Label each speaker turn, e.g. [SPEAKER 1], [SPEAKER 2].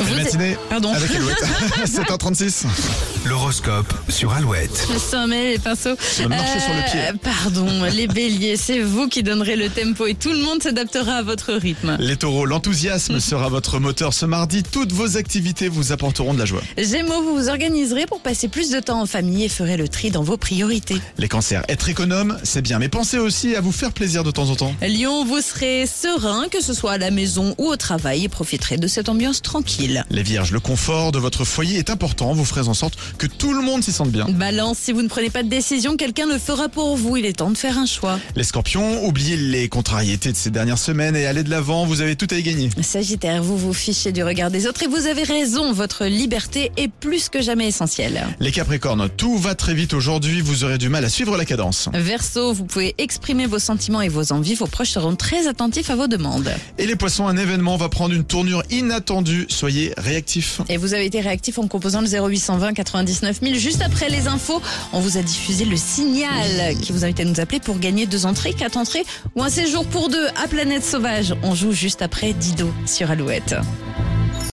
[SPEAKER 1] La
[SPEAKER 2] Vous-
[SPEAKER 1] matinée
[SPEAKER 2] Pardon.
[SPEAKER 1] avec Alouette. 7h36.
[SPEAKER 3] L'horoscope sur Alouette.
[SPEAKER 2] Le sommeil, les pinceaux.
[SPEAKER 1] On va marcher sur le pied.
[SPEAKER 2] Euh, Pardon, les béliers, c'est vous qui donnerez le tempo et tout le monde s'adaptera à votre rythme.
[SPEAKER 1] Les taureaux,
[SPEAKER 2] Mm.
[SPEAKER 1] l'enthousiasme sera votre moteur ce mardi. Toutes vos activités vous apporteront de la joie.
[SPEAKER 2] Gémeaux, vous vous organiserez pour passer plus de temps en famille et ferez le tri dans vos priorités.
[SPEAKER 1] Les cancers, être économe, c'est bien, mais pensez aussi à vous faire plaisir de temps en temps.
[SPEAKER 2] Lyon, vous serez serein, que ce soit à la maison ou au travail, et profiterez de cette ambiance tranquille.
[SPEAKER 1] Les vierges, le confort de votre foyer est important. Vous ferez en sorte que tout le monde s'y sente bien.
[SPEAKER 2] Balance, si vous ne prenez pas de décision, quelqu'un le fera pour vous. Il est temps de faire un choix.
[SPEAKER 1] Les scorpions, oubliez les contrariétés de ces dernières semaines et allez de l'avant, vous avez tout à y gagner.
[SPEAKER 2] Sagittaire, vous vous fichez du regard des autres et vous avez raison, votre liberté est plus que jamais essentielle.
[SPEAKER 1] Les capricornes, tout va très vite aujourd'hui, vous aurez du mal à suivre la cadence.
[SPEAKER 2] Verseau, vous pouvez exprimer vos sentiments et vos envies, vos proches seront très attentifs à vos demandes.
[SPEAKER 1] Et les poissons, un événement va prendre une tournure inattendue, soyez réactifs.
[SPEAKER 2] Et vous avez été réactif en composant le 0820 99 000 juste après les infos. On vous a diffusé le signal qui vous invite à nous appeler pour gagner deux entrées, quatre entrées ou un séjour pour deux à Planète Sauvage. On joue juste après Dido sur Alouette.